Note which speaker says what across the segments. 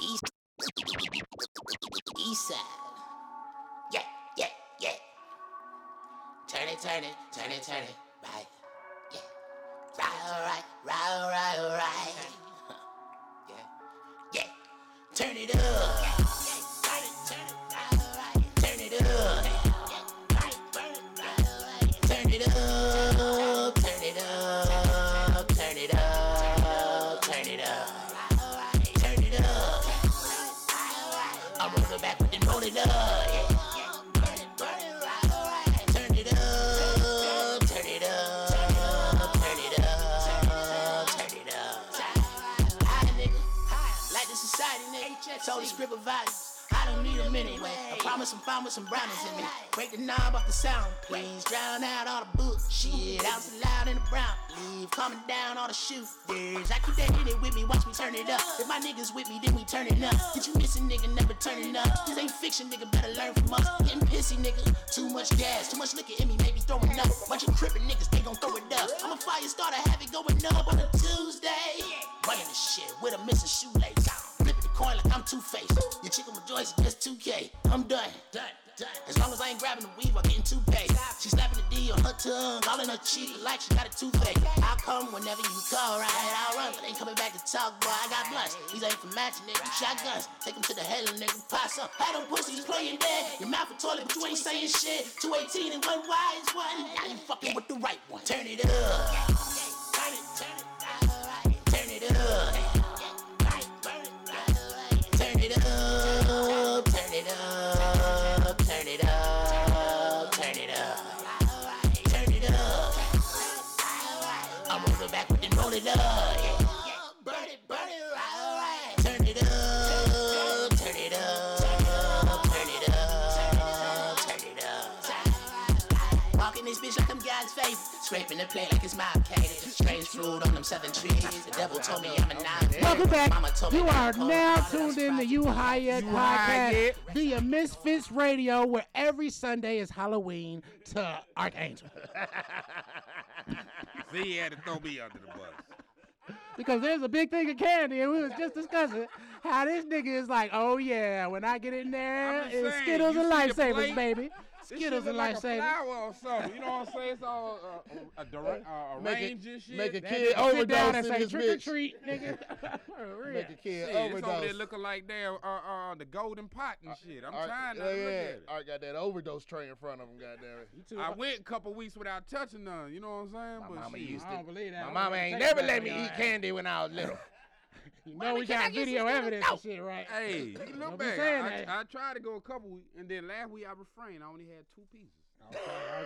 Speaker 1: East, east, east side. Yeah, yeah, yeah. Turn it, turn it, turn it, turn it. Right, yeah. Right, right, right, right, right. Yeah, yeah. Turn it up. Turn it up. Turn it up. Turn it up. Turn it up. Turn it up. Turn it up. I'm rolling back with the rolling up. Turn it up, turn it up, turn it up, turn it up. Hi, nigga. Like the society, nigga. Told the script of values. I don't need them anyway. I promise I'm fine with some brownies in me. Break the knob off the sound, please. Drown out all the bullshit. Out loud in the brown. Leave calming down all the shooters. I keep that in it with me. Watch me turn it up. If my niggas with me, then we turn it up. Did you miss a nigga never turning up? This ain't fiction, nigga. Better learn from us. Getting pissy, nigga. Too much gas, too much liquor in me, maybe throwing up. Bunch of crippin' niggas, they gon' throw it up. I'm a fire starter, have it going up on a Tuesday. Running the shit with a missing shoelace. Flipping the coin like I'm two faced. Your chicken rejoice just 2K. I'm done. Done. done. As long as I ain't grabbing the weave, I'm getting two paid. She slapping the D on her tongue, all in her cheek like she got a toothache. I'll come whenever you call, right? I'll run, but ain't coming back to talk, boy. I got blunts. These ain't for matching, nigga. Shotguns. Take them to the hell, nigga. Pass up. Had them pussies playing dead. Your mouth a toilet, but you ain't saying shit. 218 and one wise one. Now you fucking with the right one. Turn it up. Turn it, turn it, turn it up. Turn it up, turn it up, turn it up, turn it up, turn it up. I'm rolling back with the roll it up. Burn it, burn it, right, right. Turn it up, turn it up, turn it up, turn it up. Walking this bitch like I'm God's favorite. Scraping the plate like it's my cake. Strange fruit on them seven trees. The devil told me I'm a nine.
Speaker 2: Welcome
Speaker 1: Mama
Speaker 2: back.
Speaker 1: told me
Speaker 2: You
Speaker 1: I'm
Speaker 2: are
Speaker 1: cold.
Speaker 2: now
Speaker 1: All of
Speaker 2: tuned
Speaker 1: them
Speaker 2: in to
Speaker 1: sprites.
Speaker 2: You Hired Podcast
Speaker 3: Hired.
Speaker 2: via Misfits Radio, where every Sunday is Halloween to Archangel.
Speaker 3: See, he had to throw me under the bus.
Speaker 2: Because there's a big thing of candy, and we was just discussing how this nigga is like, oh yeah, when I get in there,
Speaker 3: I'm just
Speaker 2: it's
Speaker 3: saying,
Speaker 2: Skittles
Speaker 3: you
Speaker 2: and
Speaker 3: see the
Speaker 2: lifesavers,
Speaker 3: plate?
Speaker 2: baby.
Speaker 3: This
Speaker 2: Skittles and
Speaker 3: shit look like a
Speaker 2: lifesavers.
Speaker 3: flower or something. You know what I'm saying? It's all uh, uh, a, direct, uh,
Speaker 4: Make it-
Speaker 3: arranged and shit.
Speaker 4: make it
Speaker 3: That
Speaker 4: kid
Speaker 3: shit-
Speaker 4: over-
Speaker 2: Sit down and
Speaker 4: Overdose in
Speaker 2: say
Speaker 4: this
Speaker 2: trick or
Speaker 4: bitch.
Speaker 2: treat, nigga. For real.
Speaker 4: Make a kid
Speaker 3: Shit, it's over there
Speaker 4: overdose.
Speaker 3: looking like damn, uh, uh, the golden pot and shit. I'm
Speaker 4: Art-
Speaker 3: trying not
Speaker 4: uh, yeah,
Speaker 3: to look at
Speaker 4: yeah. Uh,
Speaker 3: it.
Speaker 4: Art got that overdose tray in front of him. Goddamn it.
Speaker 3: I went a couple weeks without touching none. You know what I'm saying? but
Speaker 4: mama
Speaker 3: shit,
Speaker 4: used
Speaker 2: I don't believe that.
Speaker 4: My
Speaker 2: I'm
Speaker 4: mama
Speaker 2: gonna
Speaker 4: ain't
Speaker 2: take
Speaker 4: never
Speaker 2: that
Speaker 4: let
Speaker 2: from
Speaker 4: me
Speaker 2: your
Speaker 4: eat
Speaker 2: ass.
Speaker 4: candy when I was little.
Speaker 2: You know we got video evidence and shit, right?
Speaker 3: Hey, you
Speaker 2: Don't
Speaker 3: look
Speaker 2: be
Speaker 3: back.
Speaker 2: saying
Speaker 3: I,
Speaker 2: that.
Speaker 3: I tried to go a couple weeks, and then last week I refrained. I only had two pieces. Uh,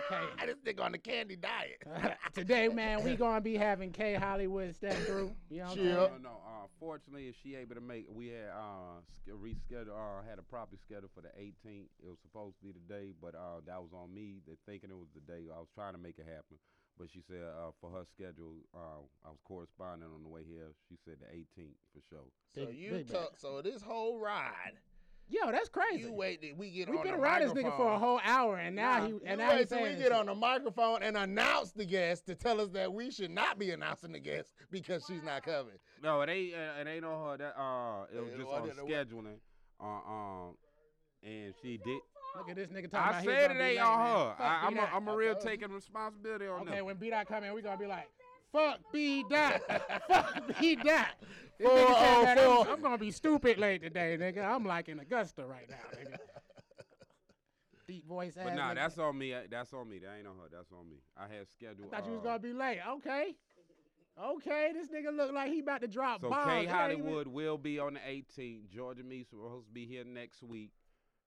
Speaker 2: Okay.
Speaker 4: I just think on the candy diet.
Speaker 2: Today, man, we gonna be having K Hollywood step through. You know what I'm
Speaker 4: Chill.
Speaker 2: saying?
Speaker 3: No, no. Uh, fortunately, if she able to make, we had uh, sch- rescheduled, uh, had a property scheduled for the 18th. It was supposed to be today, but uh, that was on me. They thinking it was the day. I was trying to make it happen, but she said uh, for her schedule, uh, I was corresponding on the way here. She said the 18th for sure.
Speaker 4: So
Speaker 2: Big-
Speaker 4: you
Speaker 2: big
Speaker 4: took so this whole ride,
Speaker 2: Yo, that's crazy.
Speaker 4: you waited. We get
Speaker 2: We've
Speaker 4: on
Speaker 2: been
Speaker 4: the
Speaker 2: around this
Speaker 4: microphone.
Speaker 2: nigga for a whole hour, and now
Speaker 3: Nah.
Speaker 2: he
Speaker 4: You
Speaker 2: and now he's
Speaker 4: wait till
Speaker 2: saying
Speaker 4: we get on the microphone and announce the guest to tell us that we should not be announcing the guest because she's not coming.
Speaker 3: No, it ain't. Uh, it ain't on her. That uh, it was
Speaker 4: Yeah,
Speaker 3: just
Speaker 4: well, I
Speaker 3: on
Speaker 4: didn't know
Speaker 3: scheduling. Uh, um, and she did.
Speaker 2: Look at this nigga talking about
Speaker 3: I
Speaker 2: he
Speaker 3: said
Speaker 2: gonna
Speaker 3: it
Speaker 2: be
Speaker 3: ain't
Speaker 2: late,
Speaker 3: on
Speaker 2: man.
Speaker 3: her.
Speaker 2: Fuck
Speaker 3: I, I'm a,
Speaker 2: B-Dot.
Speaker 3: I'm a real
Speaker 4: told you.
Speaker 3: taking responsibility on
Speaker 2: Okay,
Speaker 3: them.
Speaker 2: when B dot come in, we gonna be like, fuck B dot, fuck B dot. This nigga
Speaker 3: oh
Speaker 2: said that, I'm,
Speaker 4: 404.
Speaker 2: I'm gonna be stupid late today, nigga. I'm like in Augusta right now, nigga. Deep voice ass.
Speaker 3: But nah,
Speaker 2: nigga.
Speaker 3: that's on me. I- That's on me. That ain't on her. That's on me. I had scheduled.
Speaker 2: Thought you was
Speaker 3: uh,
Speaker 2: gonna be late. Okay. Okay, this nigga look like he about to drop
Speaker 3: So
Speaker 2: bombs.
Speaker 3: K
Speaker 2: He ain't even-
Speaker 3: Hollywood will be on the 18th. Georgia Me supposed to be here next week.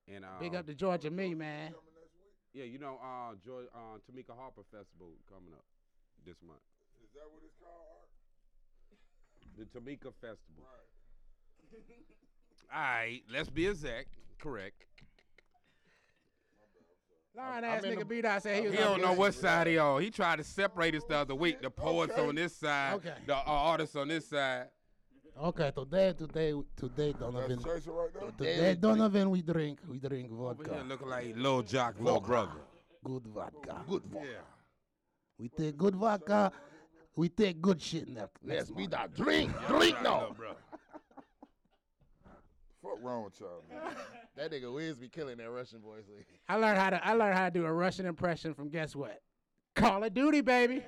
Speaker 3: And um,
Speaker 2: Big up to Georgia Me, man.
Speaker 3: yeah, you know, uh, Georgia, uh, Tamika Harper Festival coming up this month. Is that what it's called? The Tamika Festival. All right, let's be exact. Correct.
Speaker 2: Lying ass
Speaker 4: in
Speaker 2: nigga
Speaker 4: the-
Speaker 2: B dot said he was
Speaker 3: He
Speaker 2: on
Speaker 3: don't
Speaker 2: the
Speaker 3: know
Speaker 2: list.
Speaker 3: what side he on. He tried to separate us the other week. The poets on this side,
Speaker 2: Okay.
Speaker 3: the uh, artists on this side.
Speaker 5: Okay, today, today, today, Donovan. Today,
Speaker 4: Today-
Speaker 5: Donovan, we drink, we drink
Speaker 3: Over here
Speaker 5: vodka,
Speaker 3: looking like little jock, little brother.
Speaker 5: good
Speaker 4: Oh,
Speaker 5: vodka. Good
Speaker 3: Yeah.
Speaker 5: We take good vodka. We take good shit next. next
Speaker 4: Let's be
Speaker 5: month.
Speaker 4: that drink, drink
Speaker 3: Right,
Speaker 4: no.
Speaker 3: little brother.
Speaker 6: Fuck wrong with y'all, man.
Speaker 4: That nigga Wiz be killing that Russian voice. Lee.
Speaker 2: I learned how to I learned how to do a Russian impression from guess what? Call of Duty, baby.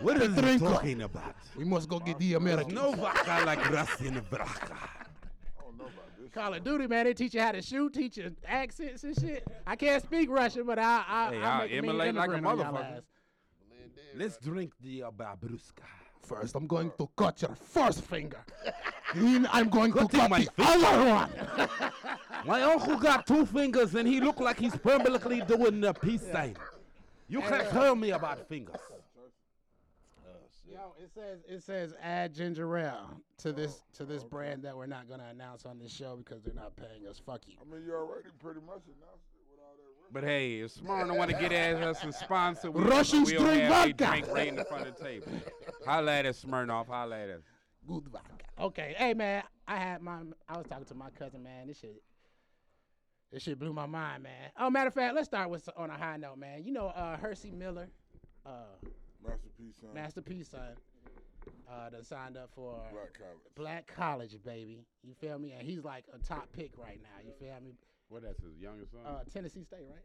Speaker 3: What are you talking about?
Speaker 5: We must go get the American.
Speaker 3: Novaka like Russian Vraka.
Speaker 6: I don't know about this.
Speaker 2: Call of Duty, man. They teach you how to shoot, teach you accents and shit. I can't speak Russian, but I I
Speaker 3: Hey,
Speaker 2: I
Speaker 3: I'll
Speaker 2: make a mean
Speaker 3: emulate like a
Speaker 2: immigrant on y'all
Speaker 3: motherfucker.
Speaker 2: ass.
Speaker 3: Let's drink the uh, babruska.
Speaker 5: First, I'm going to cut your first finger. then I'm going to cut
Speaker 3: my
Speaker 5: the other one.
Speaker 3: My uncle got two fingers and he looked like he's permanently doing the peace sign. You can't tell me about fingers.
Speaker 2: Yo, it says it says add ginger ale to this to this brand that we're not gonna announce on this show because they're not paying us. Fuck you.
Speaker 6: I mean, you already pretty much announced it with all that rest.
Speaker 3: But hey, if Smyrna want to get at us and sponsor, we,
Speaker 5: Russians
Speaker 3: we'll
Speaker 5: drink
Speaker 3: have a
Speaker 5: vodka.
Speaker 3: drink right in the front of the table. Holla at us, Smirnoff. Holla at us.
Speaker 5: Good vodka.
Speaker 2: Okay, hey man, I had my I was talking to my cousin man. This shit, this shit blew my mind, man. Oh, matter of fact, let's start with on a high note, man. You know, uh, Hersey Miller, uh,
Speaker 6: Masterpiece on
Speaker 2: Master P son, uh, that signed up for
Speaker 6: Black College.
Speaker 2: Black College, baby. You feel me? And he's like a top pick right now. You feel me?
Speaker 3: Well, that's his youngest son.
Speaker 2: Uh, Tennessee State, right?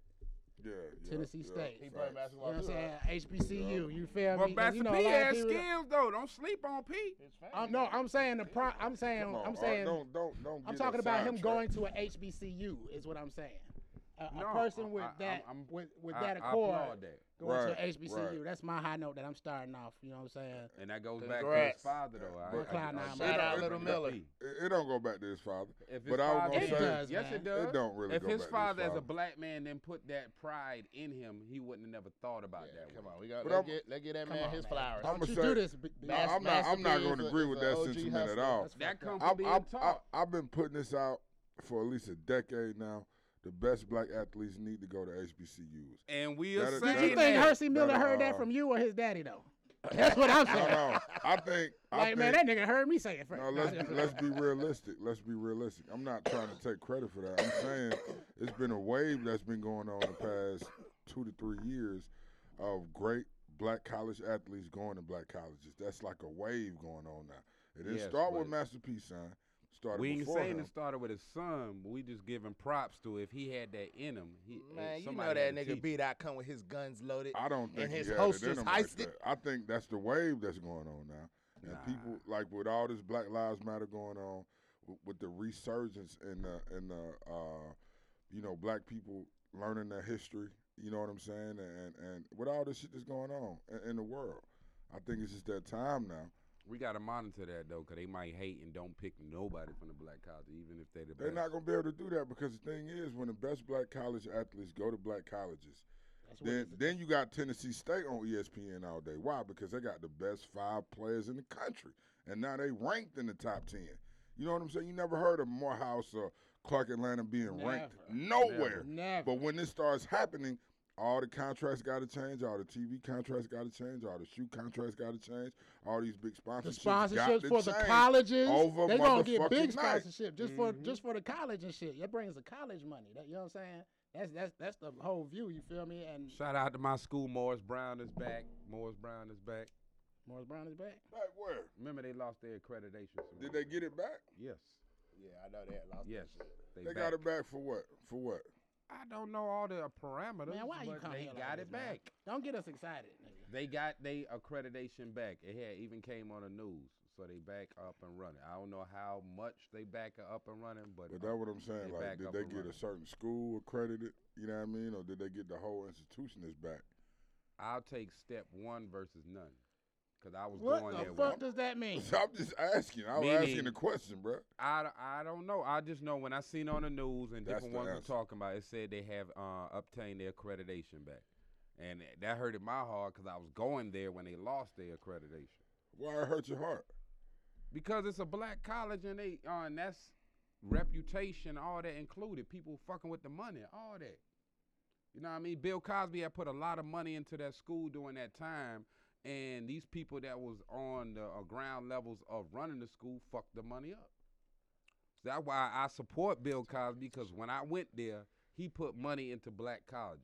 Speaker 6: Yeah, yeah,
Speaker 2: Tennessee
Speaker 6: yeah,
Speaker 2: State. He
Speaker 4: Playing
Speaker 6: facts.
Speaker 2: You know
Speaker 4: basketball.
Speaker 2: what I'm
Speaker 4: too,
Speaker 2: saying?
Speaker 4: huh?
Speaker 2: HBCU. You feel
Speaker 3: Well,
Speaker 2: me? 'Cause,
Speaker 3: Master
Speaker 2: you know, a
Speaker 3: P
Speaker 2: lot of
Speaker 3: has
Speaker 2: people-
Speaker 3: skills though. Don't sleep on P.
Speaker 4: His family.
Speaker 2: I'm no, I'm saying the pro. I'm saying
Speaker 6: Come on,
Speaker 2: I'm
Speaker 6: Art,
Speaker 2: saying
Speaker 6: don't, don't, don't.
Speaker 2: I'm
Speaker 6: get
Speaker 2: talking
Speaker 6: us
Speaker 2: about him
Speaker 6: sidetracked.
Speaker 2: going to a HBCU is what I'm saying. A, a
Speaker 3: No,
Speaker 2: person
Speaker 3: I-
Speaker 2: with
Speaker 3: I-
Speaker 2: that
Speaker 3: I'm-
Speaker 2: with, with
Speaker 3: I-
Speaker 2: that
Speaker 3: I
Speaker 2: accord
Speaker 3: applaud that.
Speaker 2: going
Speaker 6: Right,
Speaker 2: to a HBCU.
Speaker 6: right.
Speaker 2: That's my high note that I'm starting off. You know what I'm saying?
Speaker 3: And that goes back to
Speaker 4: Congrats.
Speaker 3: his father though. I-
Speaker 2: We're
Speaker 3: I-
Speaker 2: clown
Speaker 3: I-
Speaker 2: nine
Speaker 3: I-
Speaker 4: Shout out
Speaker 3: I-
Speaker 4: Little
Speaker 3: I-
Speaker 4: Miller.
Speaker 3: P.
Speaker 6: It, it don't go back to his father.
Speaker 3: If his
Speaker 6: But I was
Speaker 3: father-
Speaker 6: gonna
Speaker 2: It
Speaker 6: say,
Speaker 2: does,
Speaker 3: yes,
Speaker 2: man.
Speaker 3: it does.
Speaker 6: It don't really
Speaker 3: If
Speaker 6: go
Speaker 3: his
Speaker 6: back to his
Speaker 3: father, as a
Speaker 6: father.
Speaker 3: black man, then put that pride in him, he wouldn't have never thought about
Speaker 4: Yeah,
Speaker 3: that.
Speaker 4: come
Speaker 3: way.
Speaker 4: on, we got
Speaker 6: But
Speaker 4: let
Speaker 6: I'm-
Speaker 4: get let get that
Speaker 2: Come
Speaker 4: man
Speaker 2: on,
Speaker 4: his
Speaker 2: man.
Speaker 4: flowers.
Speaker 6: I'm
Speaker 2: Don't
Speaker 6: gonna
Speaker 2: you
Speaker 6: say,
Speaker 2: do this? b-
Speaker 6: No,
Speaker 2: bitch.
Speaker 6: I'm not. I'm not
Speaker 4: Masterpiece
Speaker 6: going
Speaker 4: is
Speaker 6: to
Speaker 4: a-
Speaker 6: agree
Speaker 4: is
Speaker 6: with
Speaker 4: a
Speaker 6: that
Speaker 4: OG
Speaker 6: sentiment at
Speaker 4: hustler.
Speaker 6: all.
Speaker 2: That's
Speaker 3: That
Speaker 2: fucked up.
Speaker 3: comes
Speaker 6: I,
Speaker 3: from being
Speaker 6: I, I,
Speaker 3: taught.
Speaker 6: I've been putting this out for at least a decade now. The best black athletes need to go to HBCUs.
Speaker 3: And we are
Speaker 6: That'll-
Speaker 3: saying
Speaker 2: Did you think
Speaker 3: that.
Speaker 2: Hersey Miller
Speaker 6: That'll-
Speaker 2: heard that
Speaker 6: uh,
Speaker 2: from you or his daddy though? That's what I'm
Speaker 6: No,
Speaker 2: saying.
Speaker 6: no, I think. I
Speaker 2: Like
Speaker 6: think,
Speaker 2: man, that nigga heard me say it first.
Speaker 6: No, let's be, let's be realistic. Let's be realistic. I'm not trying to take credit for that. I'm saying it's been a wave that's been going on the past two to three years of great black college athletes going to black colleges. That's like a wave going on now. It didn't
Speaker 3: Yes,
Speaker 6: start with
Speaker 3: but-
Speaker 6: Master P. Son. Started
Speaker 3: We ain't
Speaker 6: before
Speaker 3: saying
Speaker 6: him.
Speaker 3: it started with his son. but We just giving props to if he had that in him. He,
Speaker 4: Man, you know
Speaker 3: somebody had
Speaker 4: that
Speaker 3: to
Speaker 4: nigga
Speaker 3: teach
Speaker 4: beat out come with his guns loaded.
Speaker 6: I don't think
Speaker 4: and his
Speaker 6: he had it
Speaker 4: hostess
Speaker 6: in him like
Speaker 4: iced
Speaker 6: that.
Speaker 4: it.
Speaker 6: I think that's the wave that's going on now, and
Speaker 3: Nah.
Speaker 6: people like with all this Black Lives Matter going on, with, with the resurgence and the and the uh, you know black people learning their history. You know what I'm saying? And and with all this shit that's going on in, in the world, I think it's just that time now.
Speaker 3: We gotta monitor that though, cause they might hate and don't pick nobody from the black college, even if they the
Speaker 6: They're
Speaker 3: best.
Speaker 6: not gonna be able to do that because the thing is, when the best black college athletes go to black colleges, then then you got Tennessee State on E ESPN all day. Why? Because they got the best five players in the country, and now they ranked in the top ten. You know what I'm saying? You never heard of Morehouse or Clark Atlanta being ranked nowhere.
Speaker 2: Never.
Speaker 6: But when this starts happening, all the contracts got to change. All the TV contracts got to change. All the shoe contracts got to change. All these big
Speaker 2: the
Speaker 6: sponsorships, got
Speaker 2: sponsorships
Speaker 6: to
Speaker 2: for the
Speaker 6: change.
Speaker 2: colleges.
Speaker 6: over
Speaker 2: they gonna get
Speaker 6: motherfucking
Speaker 2: big
Speaker 6: night.
Speaker 2: sponsorship just for
Speaker 3: Mm-hmm.
Speaker 2: just for the college and shit. That brings the college money. That you know what I'm saying? That's that's that's the whole view. You feel me? And
Speaker 3: Shout out to my school, Morris Brown is back. Morris Brown is back.
Speaker 2: Morris Brown is back.
Speaker 6: Back where?
Speaker 3: Remember they lost their accreditation.
Speaker 6: Did they get it back?
Speaker 3: Yes,
Speaker 4: yeah, I know they had lost.
Speaker 3: yes. They,
Speaker 6: They
Speaker 3: back.
Speaker 6: got it back for what? For what?
Speaker 3: I don't know all the parameters,
Speaker 2: Man, why you
Speaker 3: but
Speaker 2: come
Speaker 3: they
Speaker 2: here like
Speaker 3: got
Speaker 2: this,
Speaker 3: it
Speaker 2: man?
Speaker 3: back.
Speaker 2: Don't get us excited. Nigga.
Speaker 3: They got they accreditation back. It had even came on the news, so they back up and running. I don't know how much they back are up and running, but
Speaker 6: But
Speaker 3: uh,
Speaker 6: that what I'm
Speaker 3: they
Speaker 6: saying. Like,
Speaker 3: back
Speaker 6: did
Speaker 3: up
Speaker 6: they
Speaker 3: and
Speaker 6: get a
Speaker 3: running.
Speaker 6: certain school accredited? You know what I mean? Or did they get the whole institution is back?
Speaker 3: I'll take step one versus none, because I was
Speaker 2: What
Speaker 3: going
Speaker 2: the
Speaker 3: there. with-
Speaker 2: fuck does that mean?
Speaker 6: So I'm just asking. I was asking
Speaker 3: Meaning-
Speaker 6: the question, bro.
Speaker 3: I, d- I don't know. I just know when I seen on the news and
Speaker 6: That's
Speaker 3: different
Speaker 6: the
Speaker 3: ones were
Speaker 6: answer.
Speaker 3: talking about, it said they have uh, obtained their accreditation back, and that hurted my heart because I was going there when they lost their accreditation
Speaker 6: Why it hurt your heart?
Speaker 3: because it's a black college and they uh, and that's reputation, all that included. People fucking with the money, all that. You know what I mean? Bill Cosby had put a lot of money into that school during that time, and these people that was on the uh, ground levels of running the school fucked the money up. That's why I support Bill Cosby because when I went there, he put money into black colleges.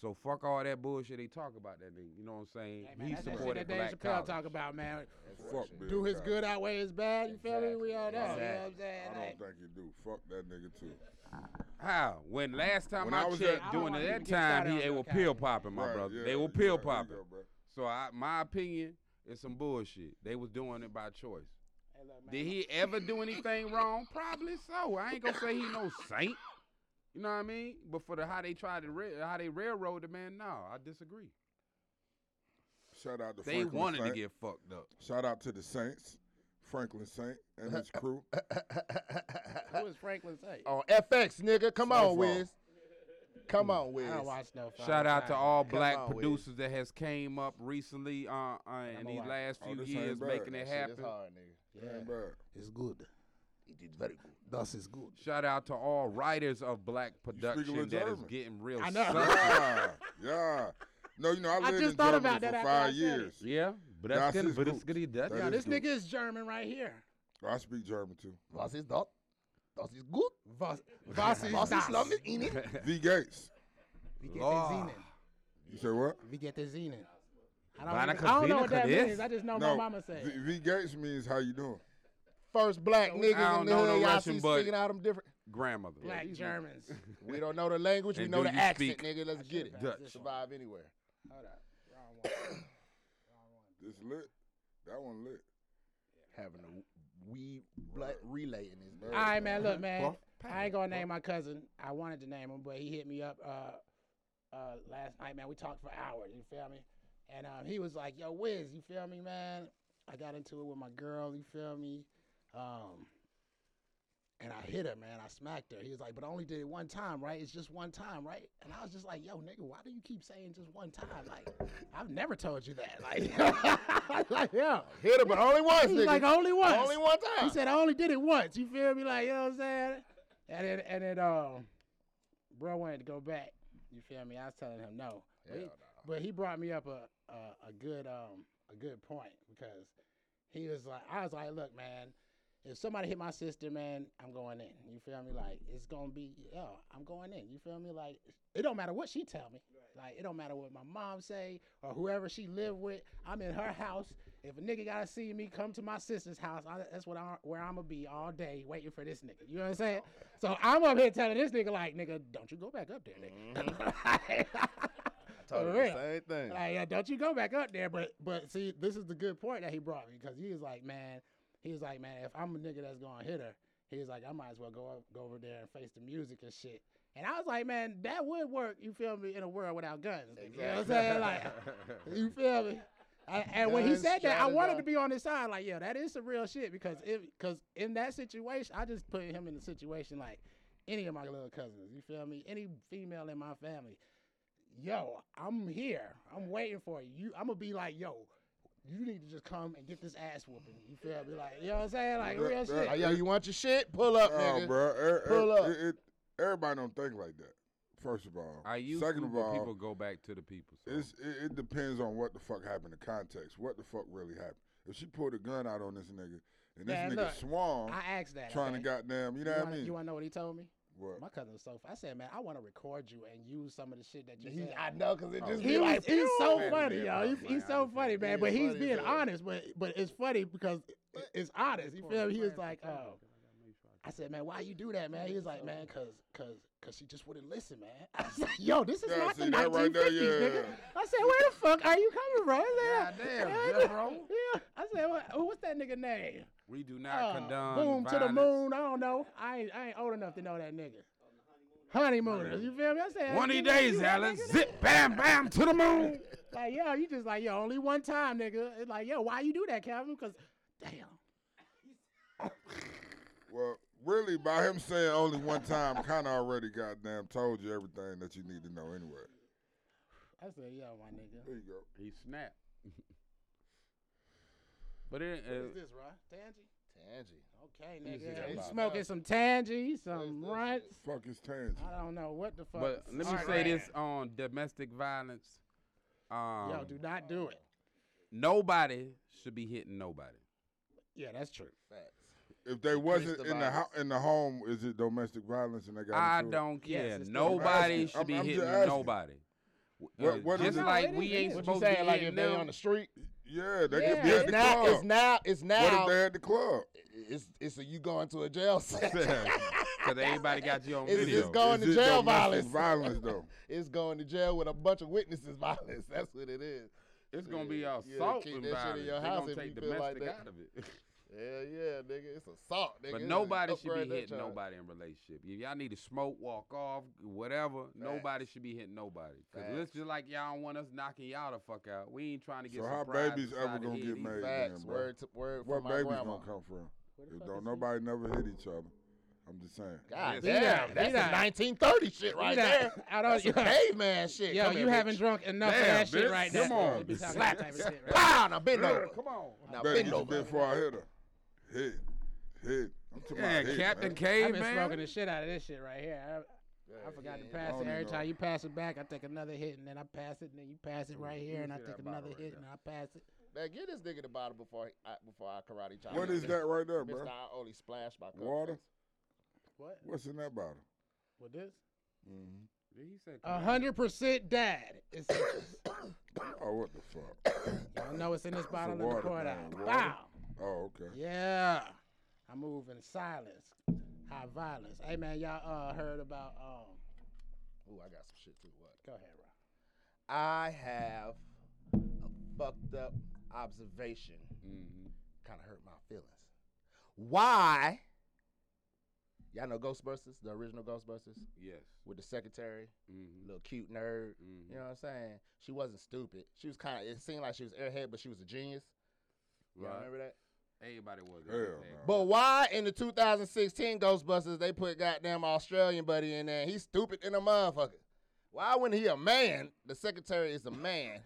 Speaker 3: So fuck all that bullshit they talk about that nigga. You know what I'm saying?
Speaker 2: Hey, man,
Speaker 3: he
Speaker 2: that's that shit that
Speaker 3: supported
Speaker 2: Dave
Speaker 3: black
Speaker 2: Chappelle
Speaker 3: college.
Speaker 2: talk about, man.
Speaker 6: Fuck Bill
Speaker 2: Do his
Speaker 6: Cosby.
Speaker 2: good outweigh his bad. You feel me?
Speaker 3: Exactly.
Speaker 2: We all know. You know what I'm
Speaker 3: Exactly.
Speaker 2: saying?
Speaker 6: I
Speaker 2: Like,
Speaker 6: don't think you do. Fuck that nigga too.
Speaker 3: How? When last time
Speaker 6: When
Speaker 3: I,
Speaker 6: I was
Speaker 3: checked,
Speaker 6: at- I
Speaker 2: don't
Speaker 3: during
Speaker 2: want you to
Speaker 3: that
Speaker 2: get
Speaker 3: time,
Speaker 2: started
Speaker 3: he,
Speaker 2: on
Speaker 3: they
Speaker 2: Bill
Speaker 3: were
Speaker 2: Cosby,
Speaker 3: pill
Speaker 2: man.
Speaker 3: popping, my
Speaker 6: Right,
Speaker 3: brother.
Speaker 6: yeah,
Speaker 3: they
Speaker 6: yeah,
Speaker 3: were pill
Speaker 6: there you
Speaker 3: popping.
Speaker 6: go, bro.
Speaker 3: So I, my opinion is some bullshit. They was doing it by choice.
Speaker 2: hey, look, man,
Speaker 3: Did he ever do anything wrong? Probably so. I ain't gonna say he no saint. You know what I mean? But for the how they tried to ra- how they railroaded man, no, I disagree.
Speaker 6: Shout out to
Speaker 3: They
Speaker 6: Franklin
Speaker 3: wanted
Speaker 6: Saint.
Speaker 3: to get fucked up.
Speaker 6: Shout out to the Saints, Franklin Saint and his crew.
Speaker 2: Who is Franklin
Speaker 3: Oh,
Speaker 2: say?
Speaker 4: on FX, nigga. Come on,
Speaker 6: Snowfall.
Speaker 4: Wiz. Come on,
Speaker 2: I
Speaker 4: Wiz.
Speaker 2: don't watch no. fucking
Speaker 3: Shout out to
Speaker 2: time.
Speaker 3: all
Speaker 4: Come
Speaker 3: black
Speaker 4: on, Wiz.
Speaker 3: producers that has came up recently uh, uh, in
Speaker 2: I'ma
Speaker 3: these
Speaker 2: watch it.
Speaker 3: last
Speaker 6: Oh,
Speaker 3: few
Speaker 6: this ain't
Speaker 3: years,
Speaker 6: bad.
Speaker 3: making it
Speaker 6: That
Speaker 4: Shit,
Speaker 3: happen.
Speaker 4: it's hard, nigga.
Speaker 6: That ain't bad.
Speaker 5: It's good.
Speaker 4: He did very good.
Speaker 5: Das is good.
Speaker 3: Shout out to all writers of black
Speaker 6: speak a little
Speaker 3: production that is
Speaker 6: German.
Speaker 3: getting real.
Speaker 2: I know.
Speaker 3: sucky.
Speaker 6: yeah, yeah. No, you know I lived
Speaker 2: just
Speaker 6: in
Speaker 2: thought
Speaker 6: Germany
Speaker 2: about
Speaker 6: for
Speaker 2: that after I
Speaker 6: five
Speaker 2: said
Speaker 6: years.
Speaker 3: yeah, but
Speaker 6: Das
Speaker 3: that's good.
Speaker 6: ist
Speaker 3: But it's
Speaker 6: gut.
Speaker 3: good. That's
Speaker 6: That
Speaker 2: Yo,
Speaker 6: is
Speaker 2: this
Speaker 6: good.
Speaker 2: nigga is German right here.
Speaker 6: I speak German too.
Speaker 4: Was ist das? Das ist gut.
Speaker 2: Was, was
Speaker 4: Was
Speaker 2: ist
Speaker 4: ist
Speaker 2: das?
Speaker 4: lang mit Ihnen?
Speaker 6: V. Gates.
Speaker 2: We get
Speaker 3: Law.
Speaker 2: the Zenin.
Speaker 6: You say what?
Speaker 2: We get the Zenin. I don't,
Speaker 3: Vana
Speaker 2: even- I don't know
Speaker 3: Kazina
Speaker 2: what that
Speaker 3: Kadis?
Speaker 2: means. I just know my mama said.
Speaker 6: V, v. Gates means how you doing.
Speaker 4: First black
Speaker 3: I
Speaker 4: niggas
Speaker 3: don't
Speaker 4: in the
Speaker 3: know no
Speaker 4: hood. Y'all
Speaker 3: Russian,
Speaker 4: see
Speaker 3: but-
Speaker 4: speaking out them different.
Speaker 3: grandmother.
Speaker 2: Black Germans.
Speaker 4: We don't know the language. We
Speaker 3: And
Speaker 4: know
Speaker 3: do
Speaker 4: the
Speaker 3: you
Speaker 4: accent,
Speaker 3: speak
Speaker 4: nigga. Let's get it.
Speaker 3: Dutch?
Speaker 4: Survive anywhere.
Speaker 2: Hold up. Wrong one.
Speaker 6: This lit. That one lit.
Speaker 4: Having a weed black relay in his
Speaker 2: All
Speaker 4: bed.
Speaker 2: right, man. Look, man.
Speaker 3: Puff,
Speaker 2: I ain't gonna name my cousin. I wanted to name him, but he hit me up uh, uh, last night, man. We talked for hours. You feel me? And um, he was like, "Yo, Wiz, you feel me, man? I got into it with my girl. You feel me? Um, and I hit her, man. I smacked her. He was like, "But I only did it one time, right? It's just one time, right?" And I was just like, "Yo, nigga, why do you keep saying just one time? Like, I've never told you that. Like, like yeah."
Speaker 4: Hit her, but only once,
Speaker 2: He's
Speaker 4: nigga.
Speaker 2: like, "Only once."
Speaker 4: only one
Speaker 2: He
Speaker 4: time.
Speaker 2: said I only did it once. You feel me? Like you know what I'm saying? And then and then um, bro wanted to go back. You feel me? I was telling him no. But, he,
Speaker 4: Hell
Speaker 2: but he brought me up a, a a good um a good point because he was like I was like look man. If somebody hit my sister, man, I'm going in. You feel me? Like it's gonna be, yo, I'm going in. You feel me? Like it don't matter what she tell me. Like it don't matter what my mom say or whoever she live with. I'm in her house. If a nigga gotta see me, come to my sister's house. I, that's what I, where I'm gonna be all day waiting for this nigga. You know what I'm saying? So I'm up here telling this nigga like, nigga, don't you go back up there, nigga.
Speaker 4: I told
Speaker 2: For
Speaker 4: him the
Speaker 2: real.
Speaker 4: same thing.
Speaker 2: Like, yeah, don't you go back up there. But but see, this is the good point that he brought me because he was like, man, he was like, man, if I'm a nigga that's gonna hit her, he was like, I might as well go up, go over there and face the music and shit. And I was like, man, that would work. You feel me? In a world without guns, nigga. you know what I'm saying? Like, you feel me? I, and when he
Speaker 4: Guns,
Speaker 2: said that, I wanted
Speaker 4: strategy.
Speaker 2: to be on his side. Like, yo, that is some real shit because it because in that situation, I just put him in the situation like any of my little cousins. You feel me? Any female in my family, yo, I'm here. I'm waiting for you. you I'm gonna be like, yo, you need to just come and get this ass whooping. You feel me? Like, you know what I'm saying? Like
Speaker 6: That-
Speaker 2: real
Speaker 6: that-
Speaker 2: shit.
Speaker 4: Oh, yo, you want your shit? Pull up,
Speaker 6: Oh,
Speaker 4: nigga.
Speaker 6: bro. Er, er-
Speaker 4: Pull up.
Speaker 6: It, it, everybody don't think like that. First of all.
Speaker 3: I used
Speaker 6: Second
Speaker 3: to,
Speaker 6: of
Speaker 3: but
Speaker 6: all,
Speaker 3: people go back to the people. So.
Speaker 6: It's, it, it depends on what the fuck happened, the context, what the fuck really happened. If she pulled a gun out on this nigga and this
Speaker 2: Man,
Speaker 6: nigga
Speaker 2: look,
Speaker 6: swung
Speaker 2: I asked that.
Speaker 6: trying
Speaker 2: okay?
Speaker 6: to goddamn, you know what
Speaker 2: wanna,
Speaker 6: I mean?
Speaker 2: You wanna know what he told me?
Speaker 6: what?
Speaker 2: My cousin was so. I said, man, I want to record you and use some of the shit that you
Speaker 4: He,
Speaker 2: said.
Speaker 4: I know, cause it
Speaker 6: Oh,
Speaker 4: just
Speaker 2: he
Speaker 4: be
Speaker 2: was,
Speaker 4: like,
Speaker 2: he's so
Speaker 3: man,
Speaker 2: funny,
Speaker 3: yeah,
Speaker 2: yo.
Speaker 3: bro,
Speaker 2: He's,
Speaker 3: man,
Speaker 2: he's
Speaker 3: I
Speaker 2: so
Speaker 3: understand.
Speaker 2: funny, man.
Speaker 4: He
Speaker 2: But
Speaker 4: is
Speaker 2: he's
Speaker 4: funny as
Speaker 2: being
Speaker 4: hell.
Speaker 2: honest, but but it's funny because it- it's honest. You feel me? He was like, oh. I said, man, why you do that, man? He was like, man, cause, cause, cause she just wouldn't listen, man. I was like, yo, this is
Speaker 6: Yeah,
Speaker 2: not the
Speaker 6: see, that
Speaker 2: 1950s,
Speaker 6: right there,
Speaker 2: nigga.
Speaker 6: yeah.
Speaker 2: I said, where the fuck are you coming from? I said,
Speaker 3: Goddamn,
Speaker 2: I
Speaker 3: yeah,
Speaker 2: said-
Speaker 3: bro.
Speaker 2: Yeah. I said, what, what's that nigga name?
Speaker 3: We do not
Speaker 2: Uh,
Speaker 3: condone
Speaker 2: boom to the
Speaker 3: violence.
Speaker 2: moon. I don't know. I ain't, I ain't old enough to know that nigga. Honeymooners, you feel me? I said,
Speaker 3: One of these
Speaker 2: you know,
Speaker 3: days,
Speaker 2: you that
Speaker 3: Alan,
Speaker 2: nigga?
Speaker 3: zip, bam, bam, to the moon.
Speaker 2: Like, yo, you just like, yo, only one time, nigga. It's like, yo, why you do that, Calvin? Because, damn.
Speaker 6: Well, really, by him saying only one time, kind of already goddamn told you everything that you need to know anyway.
Speaker 2: I said, yo, my nigga.
Speaker 6: There you go.
Speaker 3: He snapped. but it,
Speaker 2: What is
Speaker 3: uh,
Speaker 2: this, Rod? Tangy?
Speaker 4: Tangy.
Speaker 2: Okay,
Speaker 3: Let me see
Speaker 2: nigga.
Speaker 3: that
Speaker 2: He's
Speaker 3: bottle.
Speaker 2: smoking some tangy, some
Speaker 4: this
Speaker 2: runts.
Speaker 6: Fuck his tangent.
Speaker 2: I don't know what the fuck.
Speaker 3: but let me
Speaker 2: All
Speaker 3: say
Speaker 2: right.
Speaker 3: this on domestic violence. Um,
Speaker 2: Yo, do not do it.
Speaker 3: nobody should be hitting nobody.
Speaker 2: Yeah, that's true.
Speaker 4: Facts.
Speaker 6: If they wasn't
Speaker 4: the
Speaker 6: in the
Speaker 4: violence.
Speaker 6: ho- in the home, is it domestic violence and they got
Speaker 3: I
Speaker 6: into it?
Speaker 3: don't
Speaker 2: Yes,
Speaker 3: care.
Speaker 2: it's still-
Speaker 3: nobody
Speaker 6: I'm asking.
Speaker 3: should be
Speaker 6: I'm- I'm just
Speaker 3: hitting
Speaker 6: asking.
Speaker 3: nobody.
Speaker 6: What-
Speaker 3: Uh,
Speaker 6: what is
Speaker 3: just
Speaker 6: it-
Speaker 3: like
Speaker 2: No, it
Speaker 3: we
Speaker 2: is, it
Speaker 3: ain't
Speaker 2: is.
Speaker 4: What you
Speaker 3: supposed to
Speaker 4: saying?
Speaker 3: be
Speaker 4: Like
Speaker 3: in
Speaker 4: if they
Speaker 3: them.
Speaker 4: on the street?
Speaker 6: Yeah, they
Speaker 2: Yeah,
Speaker 6: could be at
Speaker 4: It's
Speaker 6: the
Speaker 4: now.
Speaker 6: club.
Speaker 4: It's now. It's
Speaker 6: What
Speaker 4: now.
Speaker 6: if they at the club?
Speaker 4: It's it's a you going to a jail cell.
Speaker 3: Because everybody got you on
Speaker 4: It's
Speaker 3: video.
Speaker 4: just going
Speaker 6: Is
Speaker 4: to
Speaker 6: it
Speaker 4: jail
Speaker 6: domestic
Speaker 4: violence.
Speaker 6: Violence though.
Speaker 4: It's going to jail with a bunch of witnesses violence. That's what it is.
Speaker 3: It's gonna be
Speaker 4: Yeah,
Speaker 3: assault
Speaker 4: yeah, keep
Speaker 3: and
Speaker 4: that shit in
Speaker 3: violence.
Speaker 4: your
Speaker 3: they
Speaker 4: house
Speaker 3: gonna
Speaker 4: if
Speaker 3: take
Speaker 4: you feel like
Speaker 3: domestic
Speaker 4: that.
Speaker 3: out of it.
Speaker 4: Yeah, yeah, nigga. It's assault, nigga.
Speaker 3: but
Speaker 4: It's
Speaker 3: nobody should
Speaker 4: upgrade
Speaker 3: be
Speaker 4: that
Speaker 3: hitting
Speaker 4: charge.
Speaker 3: nobody in relationship. If y'all need to smoke, walk off, whatever, nobody should be hitting nobody. Cause let's
Speaker 4: Facts.
Speaker 3: just like y'all don't want us knocking y'all the fuck out. We ain't trying to get
Speaker 6: So how
Speaker 3: surprised
Speaker 6: babies ever
Speaker 3: inside the
Speaker 6: gonna
Speaker 3: head
Speaker 6: get
Speaker 3: either.
Speaker 6: made?
Speaker 4: Facts.
Speaker 6: Damn, bro.
Speaker 4: word to, word
Speaker 6: Where
Speaker 4: from my
Speaker 6: babies
Speaker 4: grandma.
Speaker 6: gonna come from?
Speaker 2: Where the
Speaker 6: If
Speaker 2: fuck
Speaker 6: don't
Speaker 2: is
Speaker 6: nobody never hit each other. I'm just saying.
Speaker 4: God
Speaker 3: Yes.
Speaker 4: damn,
Speaker 2: Be
Speaker 4: that's
Speaker 2: that-
Speaker 4: some 1930 shit right
Speaker 2: Nah,
Speaker 4: there.
Speaker 2: I don't.
Speaker 4: That's some caveman shit.
Speaker 2: Yo,
Speaker 4: Come
Speaker 2: you
Speaker 4: here, bitch.
Speaker 2: haven't drunk enough of
Speaker 3: Damn,
Speaker 2: that shit
Speaker 3: bitch.
Speaker 2: right
Speaker 3: Come
Speaker 2: now.
Speaker 3: on.
Speaker 2: You be talking
Speaker 3: Slap.
Speaker 2: that type of shit, right?
Speaker 4: Pow! Now bend over.
Speaker 3: Come on.
Speaker 4: Now
Speaker 6: Better
Speaker 4: bend
Speaker 6: get you
Speaker 4: over.
Speaker 6: before I hit her. Hit, hit. I'm talking
Speaker 3: Yeah,
Speaker 6: about
Speaker 3: Captain
Speaker 6: hit, man.
Speaker 2: I've been
Speaker 3: Caveman.
Speaker 2: smoking the shit out of this shit right here. I, I forgot to pass
Speaker 6: don't
Speaker 2: it. Every
Speaker 6: even
Speaker 2: time
Speaker 6: know.
Speaker 2: you pass it back, I take another hit, and then I pass it, and then you pass it right here,
Speaker 3: me
Speaker 2: and I
Speaker 3: see that
Speaker 2: take
Speaker 3: bottle
Speaker 2: another
Speaker 3: right
Speaker 2: hit,
Speaker 3: there.
Speaker 2: and I pass it.
Speaker 4: Man, get this nigga the bottle before he, I, before I karate chop.
Speaker 6: What
Speaker 4: him.
Speaker 6: is that right there,
Speaker 4: Mister,
Speaker 6: bro?
Speaker 4: I only splash my cup.
Speaker 6: Water?
Speaker 4: first.
Speaker 2: What?
Speaker 6: What's in that bottle?
Speaker 2: With this?
Speaker 4: Mm-hmm.
Speaker 3: He said,
Speaker 2: A hundred percent dad. It's
Speaker 6: Oh, what the fuck?
Speaker 2: y'all know it's in this bottle in the
Speaker 6: water,
Speaker 2: court
Speaker 6: man, water.
Speaker 2: out. Wow.
Speaker 6: Oh, okay.
Speaker 2: Yeah. I move in silence. High violence. Hey man, y'all uh, heard about um
Speaker 4: Ooh, I got some shit too. What?
Speaker 2: go ahead, Rob.
Speaker 4: I have a fucked up observation.
Speaker 3: Mm-hmm.
Speaker 4: Kind of hurt my feelings. Why? Y'all know Ghostbusters, the original Ghostbusters
Speaker 3: Yes.
Speaker 4: with the secretary,
Speaker 3: Mhm.
Speaker 4: little cute nerd.
Speaker 3: Mhm.
Speaker 4: You know what I'm saying? She wasn't stupid. She was kind of. It seemed like she was airhead, but she was a genius. Y'all
Speaker 3: Right.
Speaker 4: remember that?
Speaker 3: Everybody was.
Speaker 6: Hell
Speaker 3: there.
Speaker 6: no.
Speaker 4: But why in the 2016 Ghostbusters they put goddamn Australian buddy in there? He's stupid in a motherfucker. Why wouldn't he a man? The secretary is a man.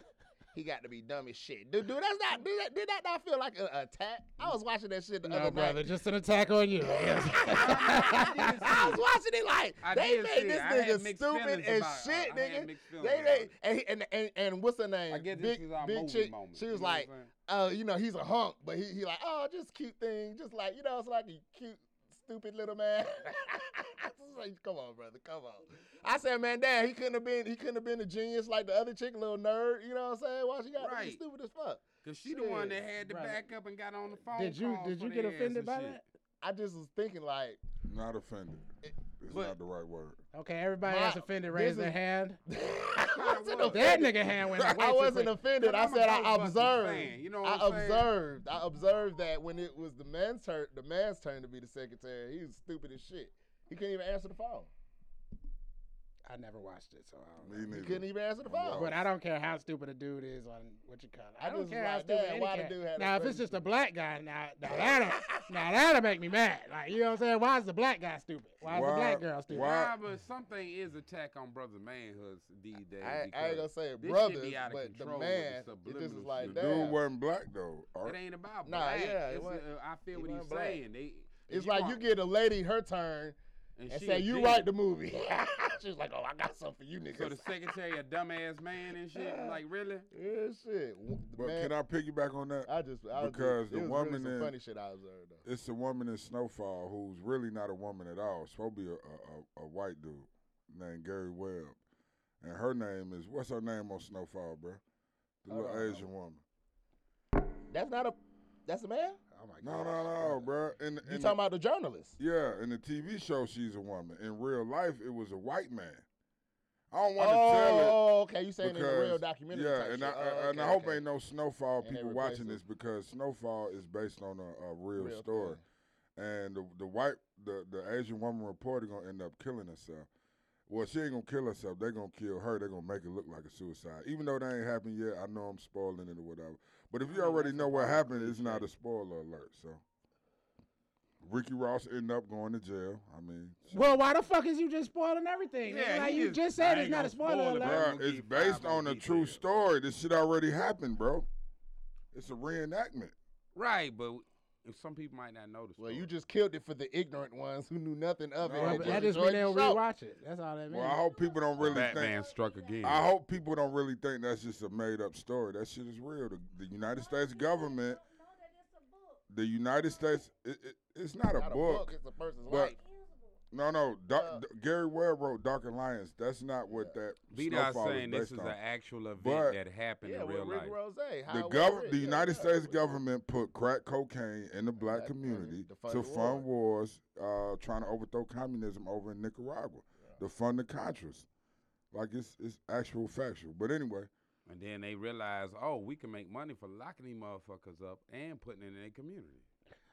Speaker 4: he got to be dumb as shit. Dude, dude that's not. Dude, that, did that not feel like an attack? I was watching that shit the
Speaker 2: No,
Speaker 4: other
Speaker 2: brother,
Speaker 4: night.
Speaker 2: just an attack on you.
Speaker 4: I was watching it like
Speaker 3: I
Speaker 4: they
Speaker 3: did see
Speaker 4: made
Speaker 3: it.
Speaker 4: this
Speaker 3: I had
Speaker 4: nigga
Speaker 3: mixed
Speaker 4: stupid
Speaker 3: feelings
Speaker 4: as
Speaker 3: about-
Speaker 4: shit,
Speaker 3: I had
Speaker 4: nigga.
Speaker 3: mixed
Speaker 4: They,
Speaker 3: feelings about
Speaker 4: they
Speaker 3: it.
Speaker 4: and, he- and and and what's her name?
Speaker 3: I guess
Speaker 4: big
Speaker 3: this is our
Speaker 4: big
Speaker 3: movie
Speaker 4: chick.
Speaker 3: moment.
Speaker 4: She
Speaker 3: You
Speaker 4: was
Speaker 3: know what I'm
Speaker 4: like,
Speaker 3: saying?
Speaker 4: uh, you know, he's a hunk, but he, he like, oh, just cute thing, just like you know, it's like a cute, stupid little man. I was like, come on, brother, come on. I said, man, damn, he couldn't have been, he couldn't have been a genius like the other chick, little nerd. You know what I'm saying? Why she got to
Speaker 3: Right.
Speaker 4: be stupid as fuck?
Speaker 3: Cause she the one that
Speaker 4: Shit,
Speaker 3: had to
Speaker 2: brother.
Speaker 3: back up and got on the phone.
Speaker 2: Did you
Speaker 3: calls
Speaker 2: did
Speaker 3: for
Speaker 2: you
Speaker 3: their
Speaker 2: get
Speaker 3: ass
Speaker 2: offended
Speaker 3: and
Speaker 2: by
Speaker 3: shit.
Speaker 2: that?
Speaker 4: I just was thinking like,
Speaker 6: Not offended. It's
Speaker 4: but-
Speaker 6: not the right word.
Speaker 2: Okay, everybody
Speaker 4: My-
Speaker 2: that's offended raised
Speaker 4: this
Speaker 2: their
Speaker 4: is-
Speaker 2: hand.
Speaker 4: I
Speaker 3: was.
Speaker 4: wasn't
Speaker 2: That
Speaker 4: offended.
Speaker 2: nigga hand went up way
Speaker 4: I
Speaker 2: too
Speaker 4: wasn't
Speaker 2: quick.
Speaker 4: offended. I
Speaker 3: I'm a
Speaker 4: said I
Speaker 3: Ghostbusters
Speaker 4: observed.
Speaker 3: fan, you know what
Speaker 4: I
Speaker 3: I'm saying?
Speaker 4: observed. I observed that when it was the man's turn, the man's turn to be the secretary, he was stupid as shit. He couldn't even answer the phone.
Speaker 2: I never watched it, so I don't know.
Speaker 6: Me
Speaker 4: He
Speaker 6: neither.
Speaker 4: couldn't even answer the phone.
Speaker 2: But I don't care how stupid a dude is on what you call it. I,
Speaker 4: I
Speaker 2: don't
Speaker 4: just
Speaker 2: care
Speaker 4: was
Speaker 2: how
Speaker 4: like,
Speaker 2: stupid
Speaker 4: "Damn,
Speaker 2: any
Speaker 4: why the
Speaker 2: cat."
Speaker 4: dude had to
Speaker 2: Now if it's
Speaker 4: offend
Speaker 2: just a
Speaker 4: you?
Speaker 2: black guy, now now that'll now that'll make me mad. Like you know what I'm saying? Why is the black guy stupid? Why is the
Speaker 6: Why-
Speaker 2: black girl stupid?
Speaker 6: why-
Speaker 3: Nah, but something is attack on brother manhood these days.
Speaker 4: Uh, I, I
Speaker 3: because
Speaker 4: ain't gonna say
Speaker 3: this shit
Speaker 4: it,
Speaker 3: be
Speaker 4: brothers,
Speaker 3: out of
Speaker 4: but the
Speaker 3: control with
Speaker 4: man,
Speaker 3: the
Speaker 4: it just is
Speaker 3: subliminal
Speaker 4: like
Speaker 3: shit.
Speaker 6: The
Speaker 4: damn.
Speaker 6: dude wasn't black though. Or-
Speaker 3: It ain't about
Speaker 4: Nah,
Speaker 3: black.
Speaker 4: yeah, it
Speaker 3: it's,
Speaker 4: wasn't-
Speaker 3: uh, I feel
Speaker 4: it
Speaker 3: what he's
Speaker 4: wasn't black.
Speaker 3: saying. They,
Speaker 4: It's like you get a lady her turn and,
Speaker 3: she
Speaker 4: say
Speaker 3: a
Speaker 4: you
Speaker 3: genius.
Speaker 4: write the movie. She's like, oh, I got something for you niggas.
Speaker 3: So the secretary a dumbass man and shit. Like really?
Speaker 4: yeah, shit. W- the
Speaker 6: But
Speaker 4: man,
Speaker 6: can I piggyback on that?
Speaker 4: I just I was
Speaker 6: because
Speaker 4: just,
Speaker 6: the
Speaker 4: it was really
Speaker 6: woman
Speaker 4: some
Speaker 6: in-
Speaker 4: funny shit I observed though.
Speaker 6: It's a woman in Snowfall who's really not a woman at all. It's supposed to be a, a, a, a white dude named Gary Webb. And her name is, what's her name on Snowfall, bro? The
Speaker 4: Hold on,
Speaker 6: little
Speaker 4: hold
Speaker 6: Asian woman.
Speaker 4: That's not a. That's a man.
Speaker 2: oh my
Speaker 6: No, no, no, bro. In, the-
Speaker 4: You talking
Speaker 6: in the-
Speaker 4: about the journalist?
Speaker 6: Yeah, in the TV show, she's a woman. In real life, it was a white man. I don't want to
Speaker 4: oh,
Speaker 6: tell it.
Speaker 4: oh, okay. You saying in a real
Speaker 6: because-
Speaker 4: documentary?
Speaker 6: Yeah,
Speaker 4: type
Speaker 6: and I,
Speaker 4: shit.
Speaker 6: I-
Speaker 4: Oh,
Speaker 6: and I
Speaker 4: okay,
Speaker 6: hope
Speaker 4: okay.
Speaker 6: ain't no Snowfall
Speaker 4: And they
Speaker 6: people
Speaker 4: replace
Speaker 6: watching
Speaker 4: it.
Speaker 6: this because Snowfall is based on a, a real,
Speaker 4: Real
Speaker 6: story.
Speaker 4: thing.
Speaker 6: and the the white the, the Asian woman reporter gonna end up killing herself. Well, she ain't gonna kill herself. They gonna kill her. They gonna make it look like a suicide, even though that ain't happened yet. I know I'm spoiling it or whatever. But if you already know what happened, it's not a spoiler alert. So, Ricky Ross end up going to jail. I mean,
Speaker 2: Well, why the fuck is you just spoiling everything? nigga?
Speaker 3: Yeah,
Speaker 2: like
Speaker 3: he
Speaker 2: you
Speaker 3: is-
Speaker 2: just said, it's
Speaker 3: I ain't
Speaker 2: not
Speaker 3: gonna
Speaker 2: a spoiler
Speaker 3: spoil it,
Speaker 2: alert.
Speaker 3: bruh.
Speaker 6: bruh,
Speaker 3: gonna
Speaker 6: it's
Speaker 3: keep
Speaker 6: based
Speaker 3: five on
Speaker 6: on a
Speaker 3: the
Speaker 6: true
Speaker 3: details.
Speaker 6: story. This shit already happened, bro. It's a reenactment.
Speaker 3: Right, but some people might not notice.
Speaker 4: Well, you just killed it for the ignorant ones who knew nothing of it.
Speaker 6: No,
Speaker 4: and
Speaker 2: Well,
Speaker 6: but
Speaker 4: just
Speaker 2: that just means
Speaker 4: enjoyed
Speaker 2: they'll
Speaker 4: the show.
Speaker 2: rewatch it. That's all that means.
Speaker 6: Well, I hope people don't really think.
Speaker 3: Batman struck again.
Speaker 6: I hope people don't really think that's just a made up story. That shit is real. The, the United States government, the United States, it, it, it's not a
Speaker 4: Not a book.
Speaker 6: book,
Speaker 4: It's a person's
Speaker 6: but
Speaker 4: life.
Speaker 6: No, no. Doc,
Speaker 4: Uh,
Speaker 6: D- Gary Webb wrote Darker Lions. That's not what that
Speaker 3: Be not
Speaker 6: snowfall
Speaker 3: saying
Speaker 6: is
Speaker 3: this
Speaker 6: based
Speaker 3: is
Speaker 6: on.
Speaker 3: an actual event
Speaker 6: But-
Speaker 3: that happened
Speaker 4: yeah,
Speaker 3: in
Speaker 4: with
Speaker 3: real
Speaker 4: Rick
Speaker 3: life.
Speaker 4: Rose.
Speaker 6: the
Speaker 4: Howard
Speaker 6: gov-
Speaker 4: Rick,
Speaker 6: the
Speaker 4: yeah,
Speaker 6: United
Speaker 4: yeah,
Speaker 6: States
Speaker 4: with-
Speaker 6: government put crack cocaine in the black
Speaker 4: Black
Speaker 6: community
Speaker 4: community to fund
Speaker 6: to
Speaker 4: the
Speaker 6: fund wars, uh, trying to overthrow communism over in Nicaragua, to fund the Contras. Like it's it's actual factual. But anyway,
Speaker 3: And then they realize, oh, we can make money for locking these motherfuckers up and putting it in their community.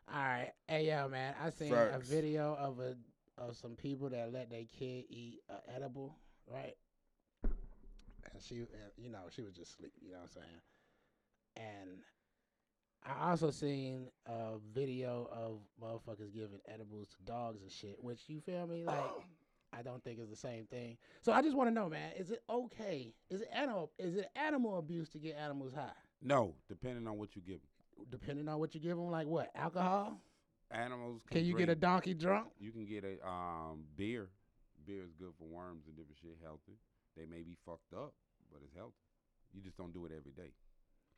Speaker 2: All right, hey yo, man, I seen a
Speaker 6: Facts.
Speaker 2: video of a of some people that let their kid eat a edible, right? And she, and, you know, she was just asleep. You know what I'm saying? And I also seen a video of motherfuckers giving edibles to dogs and shit, which you feel me? Like, I don't think is the same thing. So I just want to know, man, is it okay? Is it animal? Is it animal abuse to get animals high?
Speaker 3: No, depending on what you give 'em.
Speaker 2: Depending on what you give them, like what alcohol?
Speaker 3: Animals can,
Speaker 2: Can you get a
Speaker 3: drink-
Speaker 2: donkey drunk?
Speaker 3: You can get a um, beer. Beer is good for worms and different shit, healthy. They may be fucked up, but it's healthy. You just don't do it every day.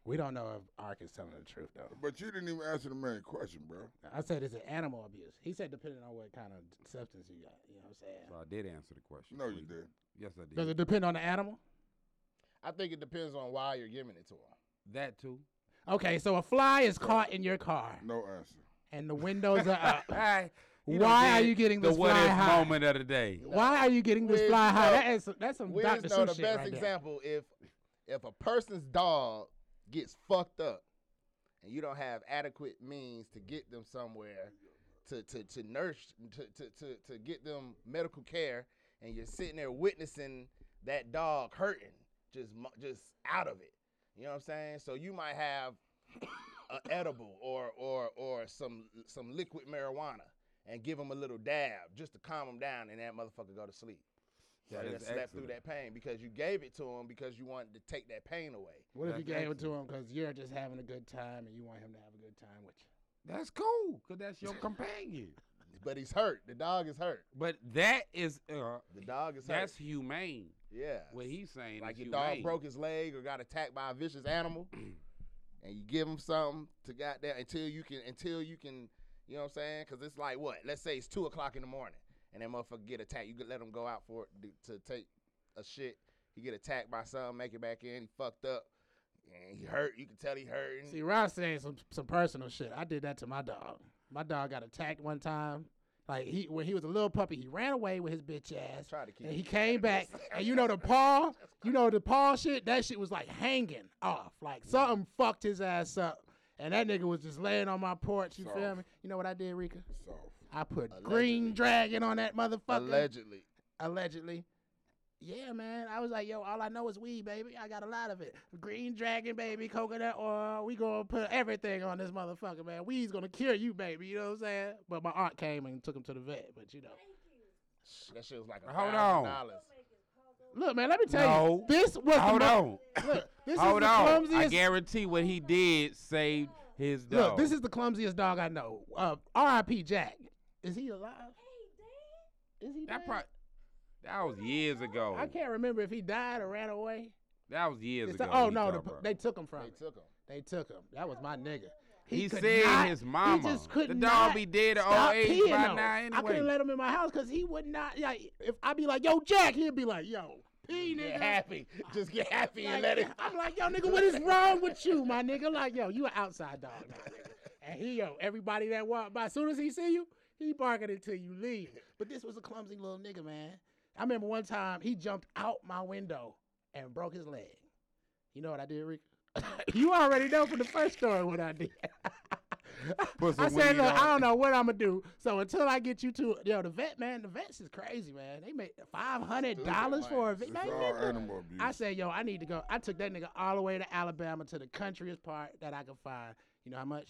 Speaker 2: We don't know if Ark is telling the truth though.
Speaker 6: but you didn't even answer the main question, bro.
Speaker 2: I said it's an animal abuse. He said depending on what kind of substance you got. You know what I'm
Speaker 3: So
Speaker 2: saying?
Speaker 3: I did answer the question.
Speaker 6: No,
Speaker 3: for
Speaker 6: you did.
Speaker 3: Yes, I did.
Speaker 2: Does it depend on the animal?
Speaker 4: I think it depends on why you're giving it to them.
Speaker 3: that too.
Speaker 2: Okay, so a fly is caught in your car
Speaker 6: No answer.
Speaker 2: and the windows are up.
Speaker 3: Hi. You done
Speaker 2: Why are
Speaker 3: did
Speaker 2: you getting
Speaker 3: the
Speaker 2: this
Speaker 3: what
Speaker 2: fly
Speaker 3: is
Speaker 2: high?
Speaker 3: moment of the day?
Speaker 2: Why are you getting this
Speaker 4: Wiz,
Speaker 2: fly high?
Speaker 4: no.
Speaker 2: That is that's some
Speaker 4: We
Speaker 2: Dr.
Speaker 4: just know
Speaker 2: Seuss
Speaker 4: the
Speaker 2: shit
Speaker 4: best
Speaker 2: right there.
Speaker 4: example if if a person's dog gets fucked up and you don't have adequate means to get them somewhere to to to nurse to to to, to get them medical care and you're sitting there witnessing that dog hurting just mo- just out of it. You know what I'm saying? So you might have a edible or or or some some liquid marijuana and give them a little dab just to calm them down and that motherfucker go to sleep. So
Speaker 3: That
Speaker 4: they
Speaker 3: is
Speaker 4: slept through
Speaker 3: excellent.
Speaker 4: that pain because you gave it to them because you wanted to take that pain away.
Speaker 2: What if you
Speaker 3: That's
Speaker 2: gave it to him because you're just having a good time and you want him to have a good time with you?
Speaker 3: That's cool, cause that's your companion.
Speaker 4: But he's hurt. The dog is hurt.
Speaker 3: But that is uh,
Speaker 4: The dog is
Speaker 3: that's
Speaker 4: hurt.
Speaker 3: humane.
Speaker 4: Yeah.
Speaker 3: What he's saying
Speaker 4: like
Speaker 3: is
Speaker 4: your
Speaker 3: humane.
Speaker 4: dog broke his leg or got attacked by a vicious animal, and you give him something to goddamn until you can until you can, you know what I'm saying? Because it's like what? Let's say it's two o'clock in the morning, and that motherfucker get attacked. You could let him go out for it to, to take a shit. He get attacked by something, make it back in. He fucked up, and he hurt. You can tell he hurting.
Speaker 2: See, Ross saying some some personal shit. I did that to my dog. My dog got attacked one time. Like he when he was a little puppy, he ran away with his bitch ass.
Speaker 4: Try to keep
Speaker 2: and
Speaker 4: it
Speaker 2: he came back, and you know the paw, you know the paw shit. That shit was like hanging off. Like something fucked his ass up, and that nigga was just laying on my porch. You feel
Speaker 6: Soft.
Speaker 2: me? You know what I did, Rika?
Speaker 6: Soft.
Speaker 2: I put
Speaker 4: Allegedly.
Speaker 2: green dragon on that motherfucker.
Speaker 4: Allegedly,
Speaker 2: Allegedly. Yeah, man. I was like, yo, all I know is weed, baby. I got a lot of it. Green dragon, baby, coconut oil. We gonna put everything on this motherfucker, man. Weed's gonna cure you, baby. You know what I'm saying? But my aunt came and took him to the vet. But you know,
Speaker 4: that shit was like a
Speaker 3: Hold
Speaker 4: thousand
Speaker 3: on.
Speaker 4: dollars.
Speaker 2: look, man. Let me tell
Speaker 3: No.
Speaker 2: you, this was
Speaker 3: Hold
Speaker 2: the
Speaker 3: on,
Speaker 2: on. Look, this
Speaker 3: hold
Speaker 2: is the
Speaker 3: on. I
Speaker 2: clumsiest.
Speaker 3: guarantee what he did saved his dog.
Speaker 2: look, this is the clumsiest dog I know. Uh, R.I.P. Jack. Is he alive? Is he
Speaker 3: that.
Speaker 2: dead?
Speaker 3: Pro- that was years ago.
Speaker 2: I can't remember if he died or ran away.
Speaker 3: That was years
Speaker 2: It's
Speaker 3: ago.
Speaker 2: the- oh
Speaker 3: he
Speaker 2: no,
Speaker 3: talked
Speaker 2: the,
Speaker 3: about.
Speaker 2: they took him from.
Speaker 4: They
Speaker 2: it.
Speaker 4: took him.
Speaker 2: They took him. That was my nigga.
Speaker 3: He,
Speaker 2: could
Speaker 3: said
Speaker 2: not-
Speaker 3: his mama.
Speaker 2: He just could
Speaker 3: the
Speaker 2: not
Speaker 3: dog be dead at
Speaker 2: stop
Speaker 3: old age
Speaker 2: peeing
Speaker 3: by
Speaker 2: on
Speaker 3: now
Speaker 2: him.
Speaker 3: anyway.
Speaker 2: I couldn't let him in my house because he would not. Like, if I'd be like, "Yo, Jack," he'd be like, "Yo, pee,
Speaker 4: Get
Speaker 2: nigga."
Speaker 4: happy. Just get happy
Speaker 2: Like,
Speaker 4: and let it.
Speaker 2: I'm like, "Yo, nigga, what is wrong with you, my nigga?" Like, "Yo, you an outside dog." Now, nigga. And he, yo, everybody that walk by, as soon as he see you, he barking until you leave. But this was a clumsy little nigga, man. I remember one time he jumped out my window and broke his leg. You know what I did, Rick? you already know from the first story what I did.
Speaker 3: Put some
Speaker 2: I said,
Speaker 3: weed
Speaker 2: look,
Speaker 3: on
Speaker 2: I
Speaker 3: it.
Speaker 2: don't know what I'm gonna do. So until I get you to yo, the vet man, the vets is crazy, man. They make five hundred dollars for a vet.
Speaker 6: It's
Speaker 2: man,
Speaker 6: all
Speaker 2: nigga.
Speaker 6: animal abuse.
Speaker 2: I said, yo, I need to go. I took that nigga all the way to Alabama to the countryest part that I could find. You know how much?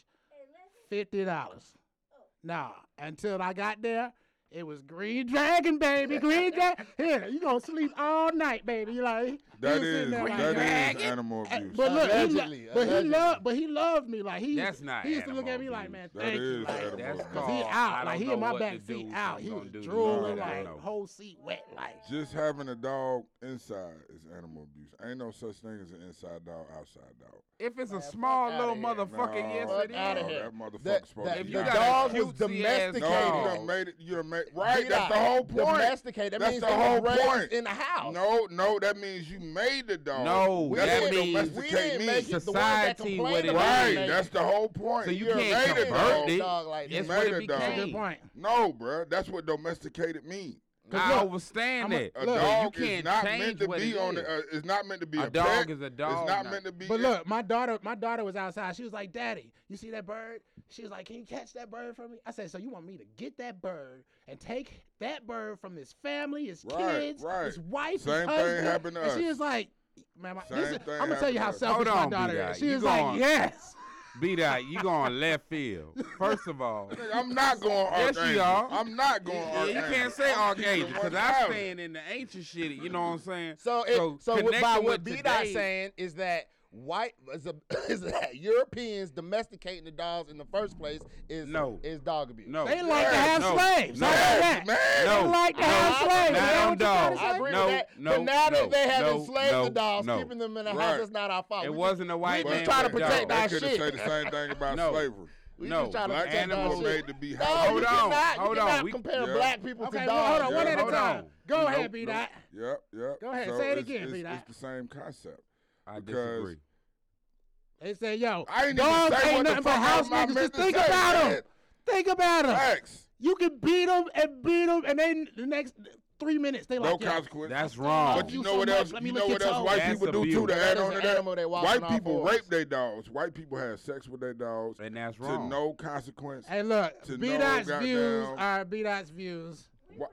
Speaker 2: Fifty dollars. Nah, until I got there, it was Green Dragon, baby. Green Dragon. Here, you gonna sleep all night, baby. You like
Speaker 6: that
Speaker 2: you sitting
Speaker 6: is
Speaker 2: there like,
Speaker 6: that is
Speaker 2: "Dragon?"
Speaker 6: animal
Speaker 2: And-
Speaker 6: abuse.
Speaker 2: But look, he
Speaker 4: Allegedly,
Speaker 2: lo- but he
Speaker 4: allegedly.
Speaker 2: loved, but he loved me. Like he, used-
Speaker 3: That's not
Speaker 2: He used to look
Speaker 3: animal
Speaker 2: at me like,
Speaker 3: abuse.
Speaker 2: man,
Speaker 6: That
Speaker 2: thank you.
Speaker 6: is
Speaker 2: Like,
Speaker 6: animal
Speaker 3: That's
Speaker 6: abuse.
Speaker 3: called-
Speaker 2: he
Speaker 3: I
Speaker 2: out,
Speaker 3: don't
Speaker 2: like he
Speaker 3: know
Speaker 2: in my
Speaker 3: what to
Speaker 2: back
Speaker 3: do,
Speaker 2: seat
Speaker 3: so
Speaker 2: out.
Speaker 3: I'm
Speaker 2: He
Speaker 3: gonna
Speaker 2: was
Speaker 3: do this.
Speaker 2: drooling,
Speaker 6: No, I
Speaker 2: like
Speaker 3: don't know.
Speaker 2: whole seat wet, like.
Speaker 6: Just having a dog inside is animal abuse. Ain't no such thing as an inside dog, outside dog.
Speaker 3: If it's
Speaker 4: Man,
Speaker 3: a
Speaker 4: fuck
Speaker 3: small
Speaker 4: outta
Speaker 3: little
Speaker 4: here.
Speaker 3: motherfucker,
Speaker 6: No,
Speaker 3: yes
Speaker 4: Fuck
Speaker 3: it is.
Speaker 4: outta
Speaker 6: no,
Speaker 4: here.
Speaker 6: That motherfucker's
Speaker 4: That,
Speaker 6: supposed
Speaker 4: that-
Speaker 6: to
Speaker 3: If
Speaker 6: be
Speaker 4: the
Speaker 3: you
Speaker 6: out.
Speaker 3: got a
Speaker 4: dog was
Speaker 3: cutesy ass
Speaker 6: No, you
Speaker 4: domesticated.
Speaker 3: dog-
Speaker 6: done made it. You done made
Speaker 4: word.
Speaker 6: Right,
Speaker 4: beat
Speaker 6: that's
Speaker 4: out.
Speaker 6: the whole point.
Speaker 4: Domesticate. That
Speaker 6: That's
Speaker 4: means
Speaker 6: the
Speaker 4: they were
Speaker 6: whole
Speaker 4: raised
Speaker 6: point.
Speaker 4: in the house.
Speaker 6: No, no, that means you made the dog.
Speaker 3: No,
Speaker 6: we
Speaker 3: that
Speaker 6: that's
Speaker 3: means-
Speaker 6: what
Speaker 4: we
Speaker 6: domesticate
Speaker 4: didn't make it.
Speaker 6: means.
Speaker 4: The ones that
Speaker 3: Society
Speaker 4: complained
Speaker 3: what it
Speaker 4: about
Speaker 3: is.
Speaker 4: it
Speaker 6: Right,
Speaker 4: made
Speaker 6: that's
Speaker 4: it.
Speaker 6: the whole point.
Speaker 3: So you
Speaker 4: You're
Speaker 3: can't
Speaker 4: made
Speaker 6: made
Speaker 4: a
Speaker 6: it, dog.
Speaker 3: convert it.
Speaker 4: dog like
Speaker 3: That's
Speaker 6: that.
Speaker 3: what it
Speaker 6: Made it, dog.
Speaker 2: Good
Speaker 3: became.
Speaker 2: point.
Speaker 6: No, bruh, that's what domesticated means.
Speaker 3: I
Speaker 2: look,
Speaker 3: understand
Speaker 2: I'ma-
Speaker 3: that.
Speaker 6: A
Speaker 3: but
Speaker 6: dog
Speaker 3: you can't
Speaker 6: is not
Speaker 3: change
Speaker 6: meant to
Speaker 3: what
Speaker 6: be
Speaker 3: it
Speaker 6: on.
Speaker 3: is.
Speaker 6: The, uh, it's not meant to be
Speaker 3: A
Speaker 6: a,
Speaker 3: dog
Speaker 6: pet.
Speaker 3: is a dog
Speaker 6: It's not
Speaker 3: now.
Speaker 6: meant to be.
Speaker 2: But look, my daughter, my daughter was outside. She was like, "Daddy, you see that bird?" She was like, "Can you catch that bird for me?" I said, "So you want me to get that bird and take that bird from his family, his
Speaker 6: Right,
Speaker 2: kids,
Speaker 6: right.
Speaker 2: his wife,
Speaker 6: Same
Speaker 2: his
Speaker 6: thing
Speaker 2: husband?"
Speaker 6: happened to
Speaker 2: and she
Speaker 6: us.
Speaker 2: was like, "Man, my,
Speaker 6: Same
Speaker 2: this is,
Speaker 6: thing
Speaker 2: I'm gonna tell you how
Speaker 6: happened to us.
Speaker 2: selfish
Speaker 3: Hold
Speaker 2: my
Speaker 3: on,
Speaker 2: daughter
Speaker 3: B-Dot.
Speaker 2: is." She
Speaker 3: You
Speaker 2: was like,
Speaker 3: going-
Speaker 2: "Yes."
Speaker 3: Be that you going left field. First of all,
Speaker 6: Nigga, I'm not going
Speaker 3: Yes,
Speaker 6: Archangel.
Speaker 3: you are.
Speaker 6: I'm not going
Speaker 3: yeah, you
Speaker 6: Archangel.
Speaker 3: can't say
Speaker 6: I'm
Speaker 3: archangel
Speaker 6: keeping it
Speaker 3: because I'm
Speaker 6: 1000.
Speaker 3: staying in the ancient shit. You know what I'm saying?
Speaker 4: So, it, so, what, by
Speaker 3: connecting
Speaker 4: what
Speaker 3: with
Speaker 4: B dot
Speaker 3: today-
Speaker 4: saying is that white is, a, is that Europeans domesticating the dogs in the first place is
Speaker 3: No.
Speaker 4: is dog abuse.
Speaker 3: No,
Speaker 2: They like to
Speaker 6: Yeah,
Speaker 2: have
Speaker 3: no,
Speaker 2: slaves.
Speaker 3: no,
Speaker 2: I know that.
Speaker 6: man.
Speaker 3: No,
Speaker 2: They like to
Speaker 3: no,
Speaker 2: have slaves.
Speaker 3: not
Speaker 2: Is that
Speaker 3: on
Speaker 2: what you're trying to
Speaker 3: dogs.
Speaker 4: I
Speaker 2: say?
Speaker 4: agree
Speaker 3: No,
Speaker 4: with that.
Speaker 3: no,
Speaker 4: but now
Speaker 3: no,
Speaker 4: that they have
Speaker 3: no,
Speaker 4: enslaved
Speaker 3: no,
Speaker 4: the dogs,
Speaker 3: no.
Speaker 4: keeping them in the
Speaker 6: Right.
Speaker 4: house, it's not our fault.
Speaker 3: It
Speaker 4: We
Speaker 3: wasn't a white
Speaker 4: we
Speaker 3: man.
Speaker 4: just trying to
Speaker 3: with a
Speaker 4: protect
Speaker 3: dog.
Speaker 4: our
Speaker 6: They could
Speaker 4: shit.
Speaker 6: have said the same thing about
Speaker 3: No.
Speaker 6: slavery.
Speaker 4: We
Speaker 3: No,
Speaker 4: just trying to
Speaker 6: Black
Speaker 4: protect our
Speaker 6: animals
Speaker 4: shit.
Speaker 6: made to be
Speaker 4: No, you
Speaker 6: housed.
Speaker 3: Hold on,
Speaker 4: cannot,
Speaker 3: hold
Speaker 4: you
Speaker 3: on.
Speaker 4: cannot
Speaker 3: We-
Speaker 4: compare
Speaker 6: Yeah.
Speaker 4: black people
Speaker 2: Okay,
Speaker 4: to
Speaker 2: well,
Speaker 4: dogs.
Speaker 2: hold on, one
Speaker 6: Yeah.
Speaker 2: at a
Speaker 6: Hold
Speaker 2: time.
Speaker 3: on.
Speaker 2: Go
Speaker 3: Nope,
Speaker 2: ahead, B
Speaker 3: nope.
Speaker 2: dot.
Speaker 6: Yep, yep.
Speaker 2: Go ahead,
Speaker 6: so
Speaker 2: say it
Speaker 6: it's-
Speaker 2: again,
Speaker 6: it's-
Speaker 2: B-Dot.
Speaker 6: It's the same concept.
Speaker 3: I
Speaker 6: Because-
Speaker 3: disagree.
Speaker 2: They say, "Yo,
Speaker 6: I ain't even
Speaker 2: dogs
Speaker 6: say
Speaker 2: ain't
Speaker 6: what the
Speaker 2: nothing but
Speaker 6: fuck I
Speaker 2: house
Speaker 6: was-
Speaker 2: niggas.
Speaker 6: I
Speaker 2: Just
Speaker 6: meant to
Speaker 2: think
Speaker 6: say
Speaker 2: about them.
Speaker 6: that.
Speaker 2: Think about them."
Speaker 6: Facts.
Speaker 2: You can beat them and beat them, and then the next three minutes they
Speaker 6: No
Speaker 2: like, yeah,
Speaker 6: consequence.
Speaker 3: That's wrong.
Speaker 6: But you
Speaker 2: you
Speaker 6: know
Speaker 2: so
Speaker 6: what
Speaker 2: much.
Speaker 6: else?
Speaker 2: Let me
Speaker 6: You
Speaker 2: lick
Speaker 6: know what
Speaker 2: your
Speaker 6: else
Speaker 2: toes.
Speaker 6: white
Speaker 3: That's
Speaker 6: people do too?
Speaker 3: abuse.
Speaker 6: To
Speaker 4: That
Speaker 6: add
Speaker 4: is
Speaker 6: on
Speaker 4: an
Speaker 6: to that,
Speaker 4: animal that walks on
Speaker 6: white
Speaker 4: all
Speaker 6: people
Speaker 4: fours.
Speaker 6: rape their dogs. White people have sex with their dogs
Speaker 3: And that's
Speaker 6: to
Speaker 3: wrong.
Speaker 6: no consequence.
Speaker 2: Hey, look,
Speaker 6: To
Speaker 2: B
Speaker 6: know,
Speaker 2: Dot's
Speaker 6: goddamn-
Speaker 2: views are B Dot's views.
Speaker 6: Wha-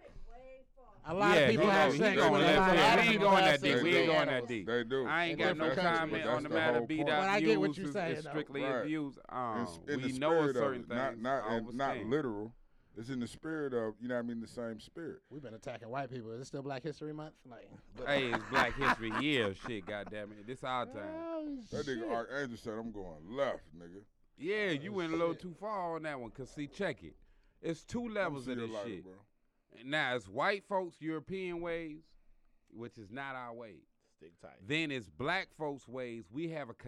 Speaker 2: A lot
Speaker 3: yeah,
Speaker 2: of people
Speaker 3: he
Speaker 2: have sex
Speaker 3: gonna- he
Speaker 2: with a
Speaker 3: gonna
Speaker 2: lot
Speaker 4: left
Speaker 2: of
Speaker 4: field.
Speaker 3: let- We
Speaker 2: animals.
Speaker 3: ain't going that
Speaker 4: They
Speaker 3: deep. We
Speaker 4: do.
Speaker 3: ain't going that deep.
Speaker 6: They do.
Speaker 3: I ain't
Speaker 4: In
Speaker 3: got no
Speaker 4: different
Speaker 3: comment
Speaker 4: countries,
Speaker 6: but
Speaker 3: on
Speaker 6: that's
Speaker 3: the
Speaker 6: the
Speaker 3: matter.
Speaker 6: whole
Speaker 3: Be
Speaker 6: point.
Speaker 3: that
Speaker 2: But I get what
Speaker 3: views
Speaker 2: you're
Speaker 3: is-
Speaker 2: saying,
Speaker 3: is
Speaker 2: though.
Speaker 3: strictly
Speaker 6: Right.
Speaker 3: abused. Um,
Speaker 6: It's in
Speaker 3: we
Speaker 6: the
Speaker 3: know a
Speaker 6: spirit
Speaker 3: certain
Speaker 6: of it, not
Speaker 3: thing.
Speaker 6: not in, not literal. It's in the spirit of you know what I mean the same spirit.
Speaker 2: We've been attacking white people. Is it still Black History Month? Like, but-
Speaker 3: Hey, it's Black History Year. Shit, goddamn it, this our time.
Speaker 2: Oh,
Speaker 6: That
Speaker 2: shit.
Speaker 6: nigga Archangel said I'm going left, nigga.
Speaker 3: Yeah, you went a little too far on that one. Cause see, check it. It's two
Speaker 6: I'ma
Speaker 3: levels
Speaker 6: see
Speaker 3: of
Speaker 6: you
Speaker 3: this
Speaker 6: later,
Speaker 3: shit.
Speaker 6: bro.
Speaker 3: Now it's white folks European ways, which is not our way.
Speaker 4: Stick tight.
Speaker 3: Then it's black folks ways. We have a